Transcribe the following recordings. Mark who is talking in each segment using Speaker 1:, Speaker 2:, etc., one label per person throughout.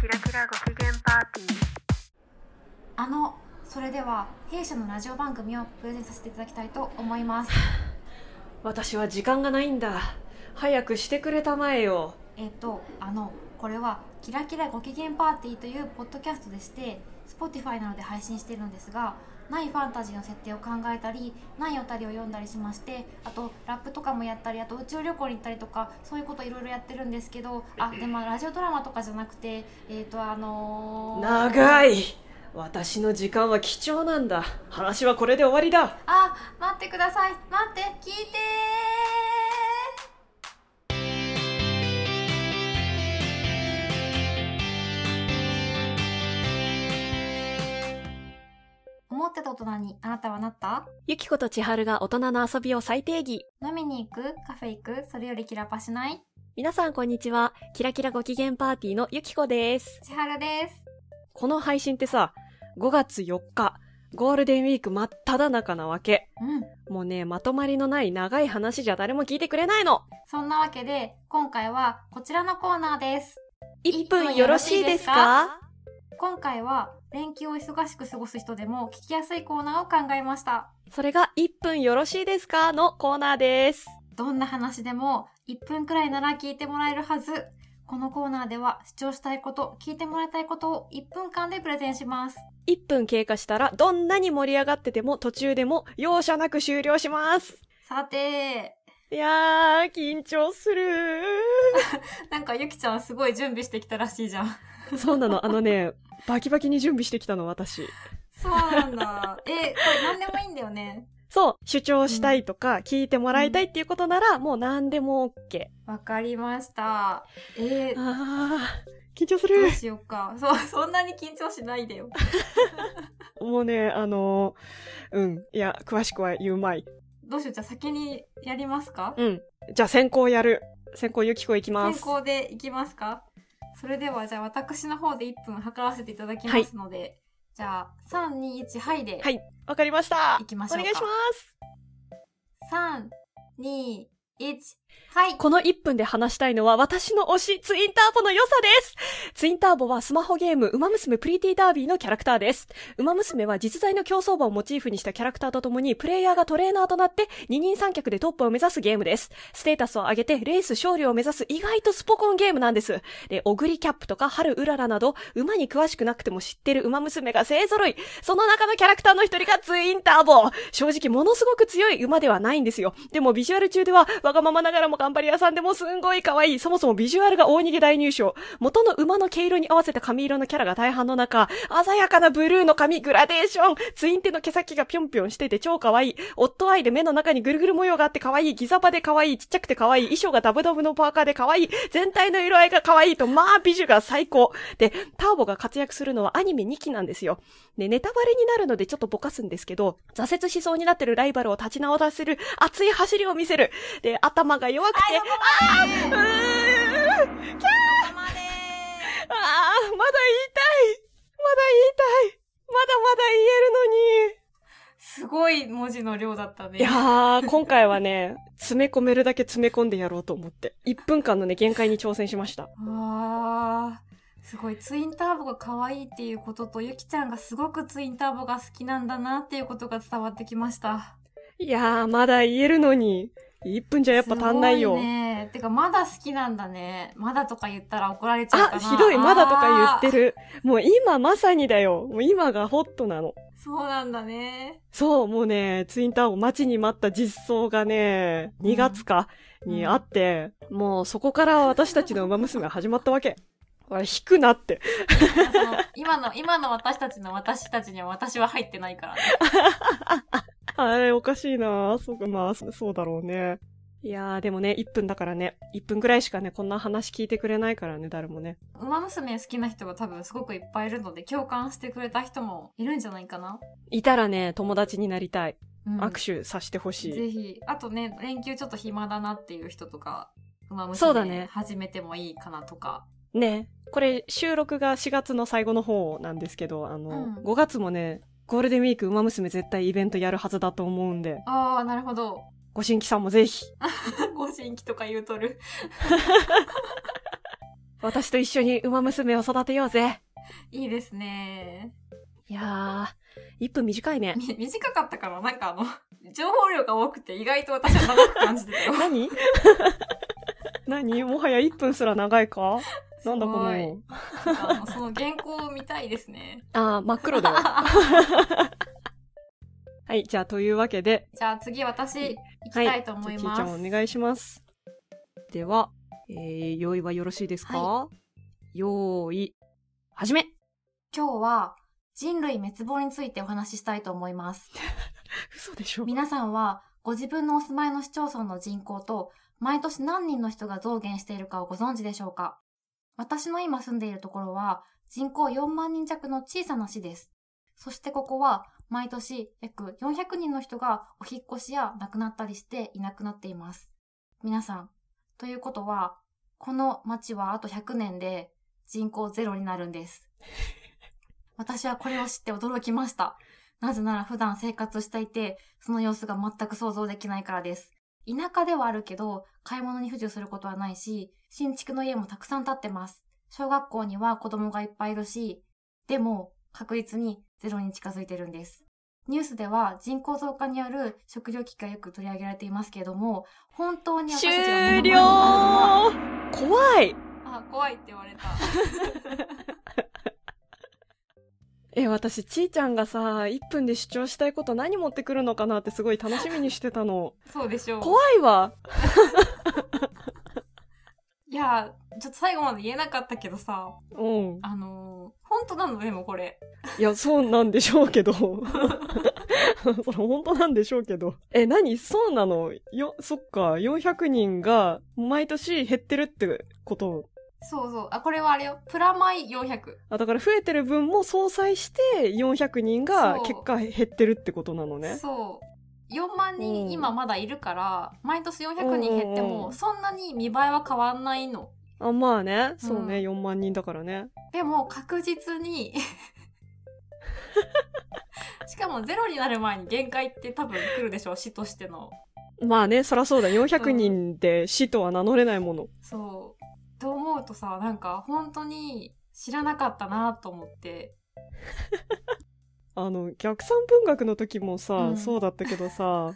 Speaker 1: キラキラご機嫌パーティー
Speaker 2: あのそれでは弊社のラジオ番組をプレゼンさせていただきたいと思います
Speaker 3: 私は時間がないんだ早くしてくれたまえよ
Speaker 2: えっとあのこれは「キラキラご機嫌パーティー」というポッドキャストでして Spotify などで配信しているのですがないファンタジーの設定を考えたりないおたりを読んだりしましてあとラップとかもやったりあと宇宙旅行に行ったりとかそういうこといろいろやってるんですけどあでもラジオドラマとかじゃなくてえっ、とあのー、
Speaker 3: 長い私の時間は貴重なんだ話はこれで終わりだ
Speaker 2: あ待ってください待って聞いてー思ってた大人にあなたはなった
Speaker 3: ゆきことちはるが大人の遊びを再定義
Speaker 2: 飲みに行くカフェ行くそれよりキラパしない
Speaker 3: 皆さんこんにちはキラキラご機嫌パーティーのゆきこです
Speaker 2: 千春です
Speaker 3: この配信ってさ5月4日ゴールデンウィーク真っ只中なわけ
Speaker 2: うん
Speaker 3: もうねまとまりのない長い話じゃ誰も聞いてくれないの
Speaker 2: そんなわけで今回はこちらのコーナーです
Speaker 3: 1分よろしいですか
Speaker 2: 今回は連休を忙しく過ごす人でも聞きやすいコーナーを考えました
Speaker 3: それが1分よろしいですかのコーナーです
Speaker 2: どんな話でも1分くらいなら聞いてもらえるはず。このコーナーでは視聴したいこと、聞いてもらいたいことを1分間でプレゼンします。
Speaker 3: 1分経過したらどんなに盛り上がってても途中でも容赦なく終了します。
Speaker 2: さて、
Speaker 3: いやー、緊張する
Speaker 2: なんかゆきちゃんすごい準備してきたらしいじゃん。
Speaker 3: ー。 そうなの、あのね、バキバキに準備してきたの、私。
Speaker 2: そうなんだ。 え、これ何でもいいんだよね。
Speaker 3: そう、主張したいとか、聞いてもらいたいっていうことなら、もう何でも OK。
Speaker 2: わかりました。えー、
Speaker 3: あー、緊張する
Speaker 2: どうしようか。そう、そんなに緊張しないでよ。
Speaker 3: もうね、あのーうん、いや、詳しくは言うまい。
Speaker 2: どうしよう、じゃあ先にやりますか
Speaker 3: うん。じゃあ先行やる。先行ゆきこいきま
Speaker 2: 先
Speaker 3: す。
Speaker 2: 行でいきますかそれではじゃあ私の方で1分測らせていただきますので、じゃあ321はいで、
Speaker 3: はいわかりました。
Speaker 2: 行きましょうか
Speaker 3: お願いします。
Speaker 2: 321はい
Speaker 3: この1分で話したいのは私の推し、ツインターボの良さですツインターボはスマホゲーム、ウマ娘プリティダービーのキャラクターです。ウマ娘は実在の競走馬をモチーフにしたキャラクターとともに、プレイヤーがトレーナーとなって、二人三脚でトップを目指すゲームです。ステータスを上げて、レース勝利を目指す意外とスポコンゲームなんです。で、オグリキャップとか、春うららなど、馬に詳しくなくても知ってるウマ娘が勢揃い。その中のキャラクターの一人がツインターボ正直ものすごく強い馬ではないんですよ。でもビジュアル中では、わがままながらも頑張り屋さんでもすんごい可愛い。そもそもビジュアルが大逃げ大入賞。元の馬の毛色に合わせた髪色のキャラが大半の中、鮮やかなブルーの髪グラデーション。ツインテの毛先がぴょんぴょんしてて超可愛い。オットアイで目の中にぐるぐる模様があって可愛い。ギザバで可愛い。ちっちゃくて可愛い。衣装がダブダブのパーカーで可愛い。全体の色合いが可愛いと、まあ美女が最高。で、ターボが活躍するのはアニメ2期なんですよ。で、ネタバレになるのでちょっとぼかすんですけど、挫折しそうになってるライバルを立ち直らせる熱い走りを見せる。で、頭が弱くて、ああーうー
Speaker 2: こ
Speaker 3: ん
Speaker 2: こまで
Speaker 3: ああ、まだ言いたい。まだ言いたい。まだまだ
Speaker 2: すごい文字の量だったね
Speaker 3: 言えるのに。いやー、今回はね、詰め込めるだけ詰め込んでやろうと思って。1分間のね、限界に挑戦しました。
Speaker 2: あーすごいツインターボが可愛いっていうこととゆきちゃんがすごくツインターボが好きなんだなっていうことが伝わってきました
Speaker 3: いやー、まだ言えるのに。1分じゃやっぱ足んないよ。
Speaker 2: すごねてか、まだ好きなんだね。まだとか言ったら怒られちゃうか
Speaker 3: あ、
Speaker 2: な。
Speaker 3: ひどい、まだとか言って
Speaker 2: る。
Speaker 3: る。もう今まさにだよ。もう今がホットなの。
Speaker 2: そうなんだね。
Speaker 3: そう、もうね、ツインターを待ちに待った実装がね、2月か
Speaker 2: うん
Speaker 3: にあって、もうそこから私たちの馬娘が始まったわけ。あれ、引くなって。
Speaker 2: その今の、今の私たちの私たちには私は入ってないからね。
Speaker 3: あれ、おかしいなそうか、まあ、そそうだろうね。いやー、でもね、1分だからね、1分ぐらいしかね、こんな話聞いてくれないからね、誰もね。
Speaker 2: 馬娘好きな人が多分すごくいっぱいいるので、共感してくれた人もいるんじゃないかな。
Speaker 3: いたらね、友達になりたい。
Speaker 2: うん、
Speaker 3: 握手させてほしい。
Speaker 2: ぜひ。あとね、連休ちょっと暇だなっていう人とか、馬娘
Speaker 3: そうだね
Speaker 2: 始めてもいいかなとか。
Speaker 3: ね、これ収録が4月の最後の方なんですけど、あの、
Speaker 2: うん
Speaker 3: 5月もね、ゴールデンウィーク馬娘絶対イベントやるはずだと思うんで、
Speaker 2: ああ、なるほど。
Speaker 3: ご新規さんもぜひ。
Speaker 2: ご新規とか言うとる。
Speaker 3: 私と一緒に馬娘を育てようぜ。
Speaker 2: いいですね。
Speaker 3: いやー、1分短いね。
Speaker 2: み短かったから、なんかあの、情報量が多くて意外と私は長く感じてたよ。
Speaker 3: 何何もはや1分すら長いか なんだこ
Speaker 2: すごい
Speaker 3: の。
Speaker 2: なんかあのその原稿を見たいですね。
Speaker 3: あー、真っ黒だよ。 はい、じゃあというわけで、
Speaker 2: じゃあ次私行きたいと思い
Speaker 3: じゃあ
Speaker 2: ます。
Speaker 3: ちーちゃんお願いします。では、えー、用意はよろしいですか、用意、はじめ
Speaker 2: 今日は人類滅亡についてお話ししたいと思い ます。
Speaker 3: 嘘でしょ
Speaker 2: 皆さんはご自分のお住まいの市町村の人口と毎年何人の人が増減しているかをご存知でしょうか私の今住んでいるところは人口4万人弱の小さな市です。そしてここは毎年約400人の人がお引っ越しや亡くなったりしていなくなっています。皆さん、ということは、この町はあと100年で人口ゼロになるんです。私はこれを知って驚きました。なぜなら普段生活していて、その様子が全く想像できないからです。田舎ではあるけど、買い物に不自由することはないし、新築の家もたくさん建ってます。小学校には子供がいっぱいいるし、でも確実にゼロに近づいてるんです。ニュースでは人口増加による食料危機がよく取り上げられていますけれども、本当に私たちが目の前
Speaker 3: 終
Speaker 2: に
Speaker 3: 了
Speaker 2: あ
Speaker 3: 怖い
Speaker 2: るのは、あ、怖いって言われた。
Speaker 3: え、私、ちーちゃんがさ、1分で主張したいこと何持ってくるのかなってすごい楽しみにしてたの。
Speaker 2: そうでし ょう。
Speaker 3: 怖いわ
Speaker 2: いや、ちょっと最後まで言えなかったけどさ、
Speaker 3: うん。
Speaker 2: あのー本当なのでもこれ。
Speaker 3: いや、そうなんでしょうけど。 それ本当なんでしょうけど。え、何そうなのよ、そっか、400人が毎年減ってるってこと。
Speaker 2: そうそう。あ、これはあれよ。プラマイ400。
Speaker 3: あ、だから増えてる分も相殺して400人が
Speaker 2: そう
Speaker 3: 結果減ってるってことなのね。
Speaker 2: そう。4万
Speaker 3: うん
Speaker 2: 人今まだいるから、毎年400人減って
Speaker 3: うんう
Speaker 2: も、
Speaker 3: ん
Speaker 2: そんなに見栄えは変わんないの。
Speaker 3: あ、まあね。そうね、4万人だからね。
Speaker 2: でも確実 に、しかもゼロになる前に限界って多分来るでしょう、死としての。
Speaker 3: まあね、そらそうだ。400人で死とは名乗れないもの。
Speaker 2: そう。と思うとさ、なんか本当に知らなかったなと思って。
Speaker 3: あの、逆算文学の時もさ、
Speaker 2: うん
Speaker 3: そうだったけどさ、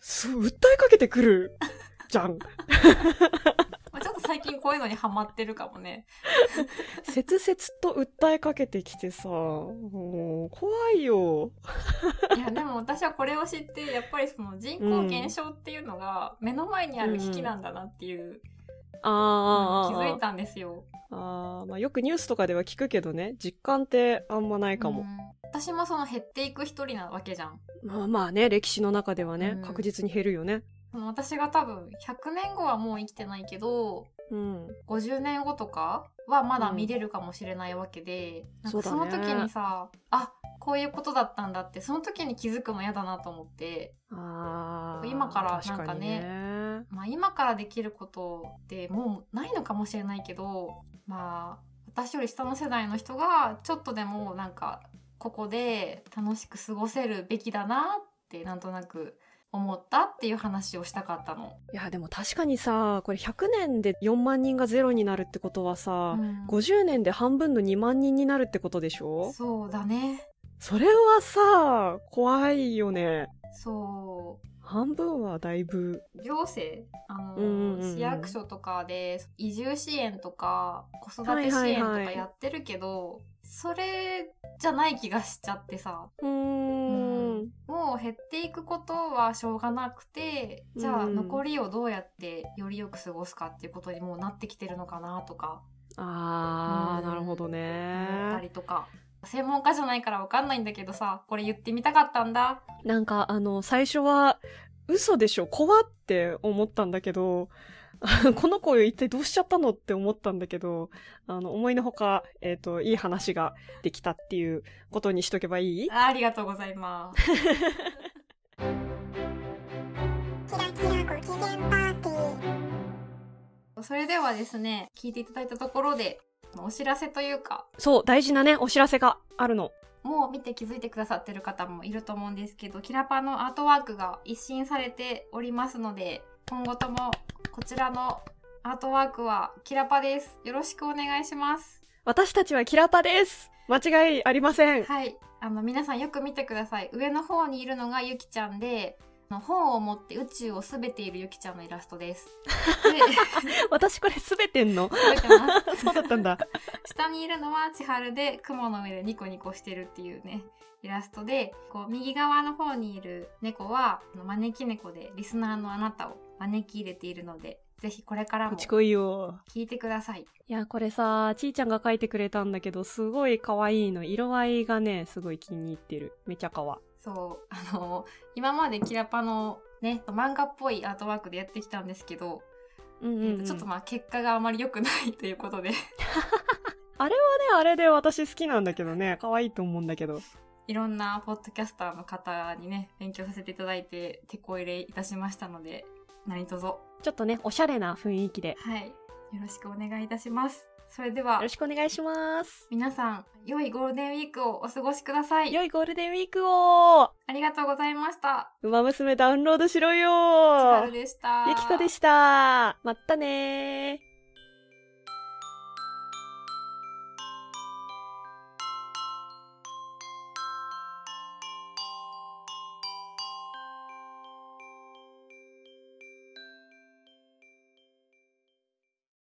Speaker 3: そう、訴えかけてくるじゃ ん。
Speaker 2: まあ、ちょっと最近こういうのにハマってるかもね。
Speaker 3: 切々と訴えかけてきてさ、もう、怖いよ。
Speaker 2: いやでも私はこれを知ってやっぱりその人口減少っていうのが目の前にある危機なんだなっていう
Speaker 3: あ
Speaker 2: 気
Speaker 3: あ
Speaker 2: づいたんですよ。
Speaker 3: あーまあ、よくニュースとかでは聞くけどね、実感ってあんまないか
Speaker 2: う
Speaker 3: も。
Speaker 2: ん私もその減っていく一人なわけじゃん。
Speaker 3: まあまあね、歴史の中ではね、
Speaker 2: うん
Speaker 3: 確実に減るよね。
Speaker 2: その私が多分100年後はもう生きてないけど
Speaker 3: うん。
Speaker 2: 50年後とかはまだ見れるかもしれないわけで、なんかそ
Speaker 3: そう
Speaker 2: の
Speaker 3: だね
Speaker 2: 時にさ、あこういうことだったんだってその時に気づくの嫌だなと思って。
Speaker 3: ああ。
Speaker 2: 今からなんかね
Speaker 3: ね。
Speaker 2: まあ、今からできることってもうないのかもしれないけど、まあ、私より下の世代の人がちょっとでもなんかここで楽しく過ごせるべきだなってなんとなく思ったっていう話をしたかったの。
Speaker 3: いや、でも確かにさ、これ100年で4万人がゼロになるってことはさ、
Speaker 2: うん
Speaker 3: 50年で半分の2万人になるってことでしょ
Speaker 2: そうだね。
Speaker 3: それはさ、怖いよね。
Speaker 2: そう。
Speaker 3: 半分はだいぶ。
Speaker 2: 行政あの、
Speaker 3: うんうんうん
Speaker 2: 市役所とかで移住支援とか子育て支援とか
Speaker 3: はいはいはい
Speaker 2: やってるけど、それじゃない気がしちゃってさ。
Speaker 3: う
Speaker 2: う
Speaker 3: ー。
Speaker 2: んもう減っていくことはしょうがなくてじゃあ
Speaker 3: うん
Speaker 2: 残りをどうやってよりよく過ごすかっていうことにもうなってきてるのかなとか
Speaker 3: あ
Speaker 2: う
Speaker 3: ー、
Speaker 2: ん
Speaker 3: なるほ
Speaker 2: 思
Speaker 3: ど
Speaker 2: った
Speaker 3: ね。
Speaker 2: りとか、専門家じゃないからわかんないんだけどさこれ言ってみたかったんだ
Speaker 3: なんか、あの、最初は、嘘でしょ怖って思ったんだけど、 あこの子一体どうしちゃったのって思ったんだけど、あの、思いのほか、えっ、と、いい話ができたっていうことにしとけばいい
Speaker 2: あありがとうございます。
Speaker 1: キラキラご機嫌パーティー
Speaker 2: それではですね聞いていただいたところでお知らせというか
Speaker 3: そう、大事なね、お知らせがあるの。
Speaker 2: もう見て気づいてくださってる方もいると思うんですけどキラパのアートワークが一新されておりますので今後ともこちらのアートワークはキラパです。よろしくお願いします。
Speaker 3: 私たちはキラパです。間違いありません。
Speaker 2: はい。あの、皆さんよく見てください。上の方にいるのがゆきちゃんで、あの本を持って宇宙をすべているゆきちゃんのイラストです。 で、
Speaker 3: 私これすべてんの
Speaker 2: 覚えてます。
Speaker 3: そうだったん だ。
Speaker 2: 下にいるのは千春で雲の上でニコニコしてるっていうねイラストでこう右側の方にいる猫はあの招き猫でリスナーのあなたを招き入れているのでぜひこれから
Speaker 3: こ
Speaker 2: も
Speaker 3: っち
Speaker 2: 聞
Speaker 3: こいよ。
Speaker 2: いてください
Speaker 3: いや、これさ、ちーちゃんが描いてくれたんだけど、すごい可愛いの。色合いがね、すごい気に入ってる。めちゃ可愛い。
Speaker 2: そうあの今までキラパのね漫画っぽいアートワークでやってきたんですけど、
Speaker 3: うんうん、
Speaker 2: えーとちょっとまあ結果があまり良くないということで
Speaker 3: あれはね、あれで私好きなんだけどね、可愛いと思うんだけど。
Speaker 2: いろんなポッドキャスターの方にね勉強させていただいて手こ入れいたしましたので何卒
Speaker 3: ちょっとね、おしゃれな雰囲気で。よ
Speaker 2: はい。よろしくお願いいたします。それでは
Speaker 3: ろ、しくお願いします。
Speaker 2: 皆さん、良いゴールデンウィークをお過ごしください。
Speaker 3: 良いゴールデンウィークを
Speaker 2: ありがとうございました。
Speaker 3: ウマ娘ダウンロードしろ
Speaker 2: チハ
Speaker 3: よ
Speaker 2: ルでした。
Speaker 3: ゆきこでしたまったねー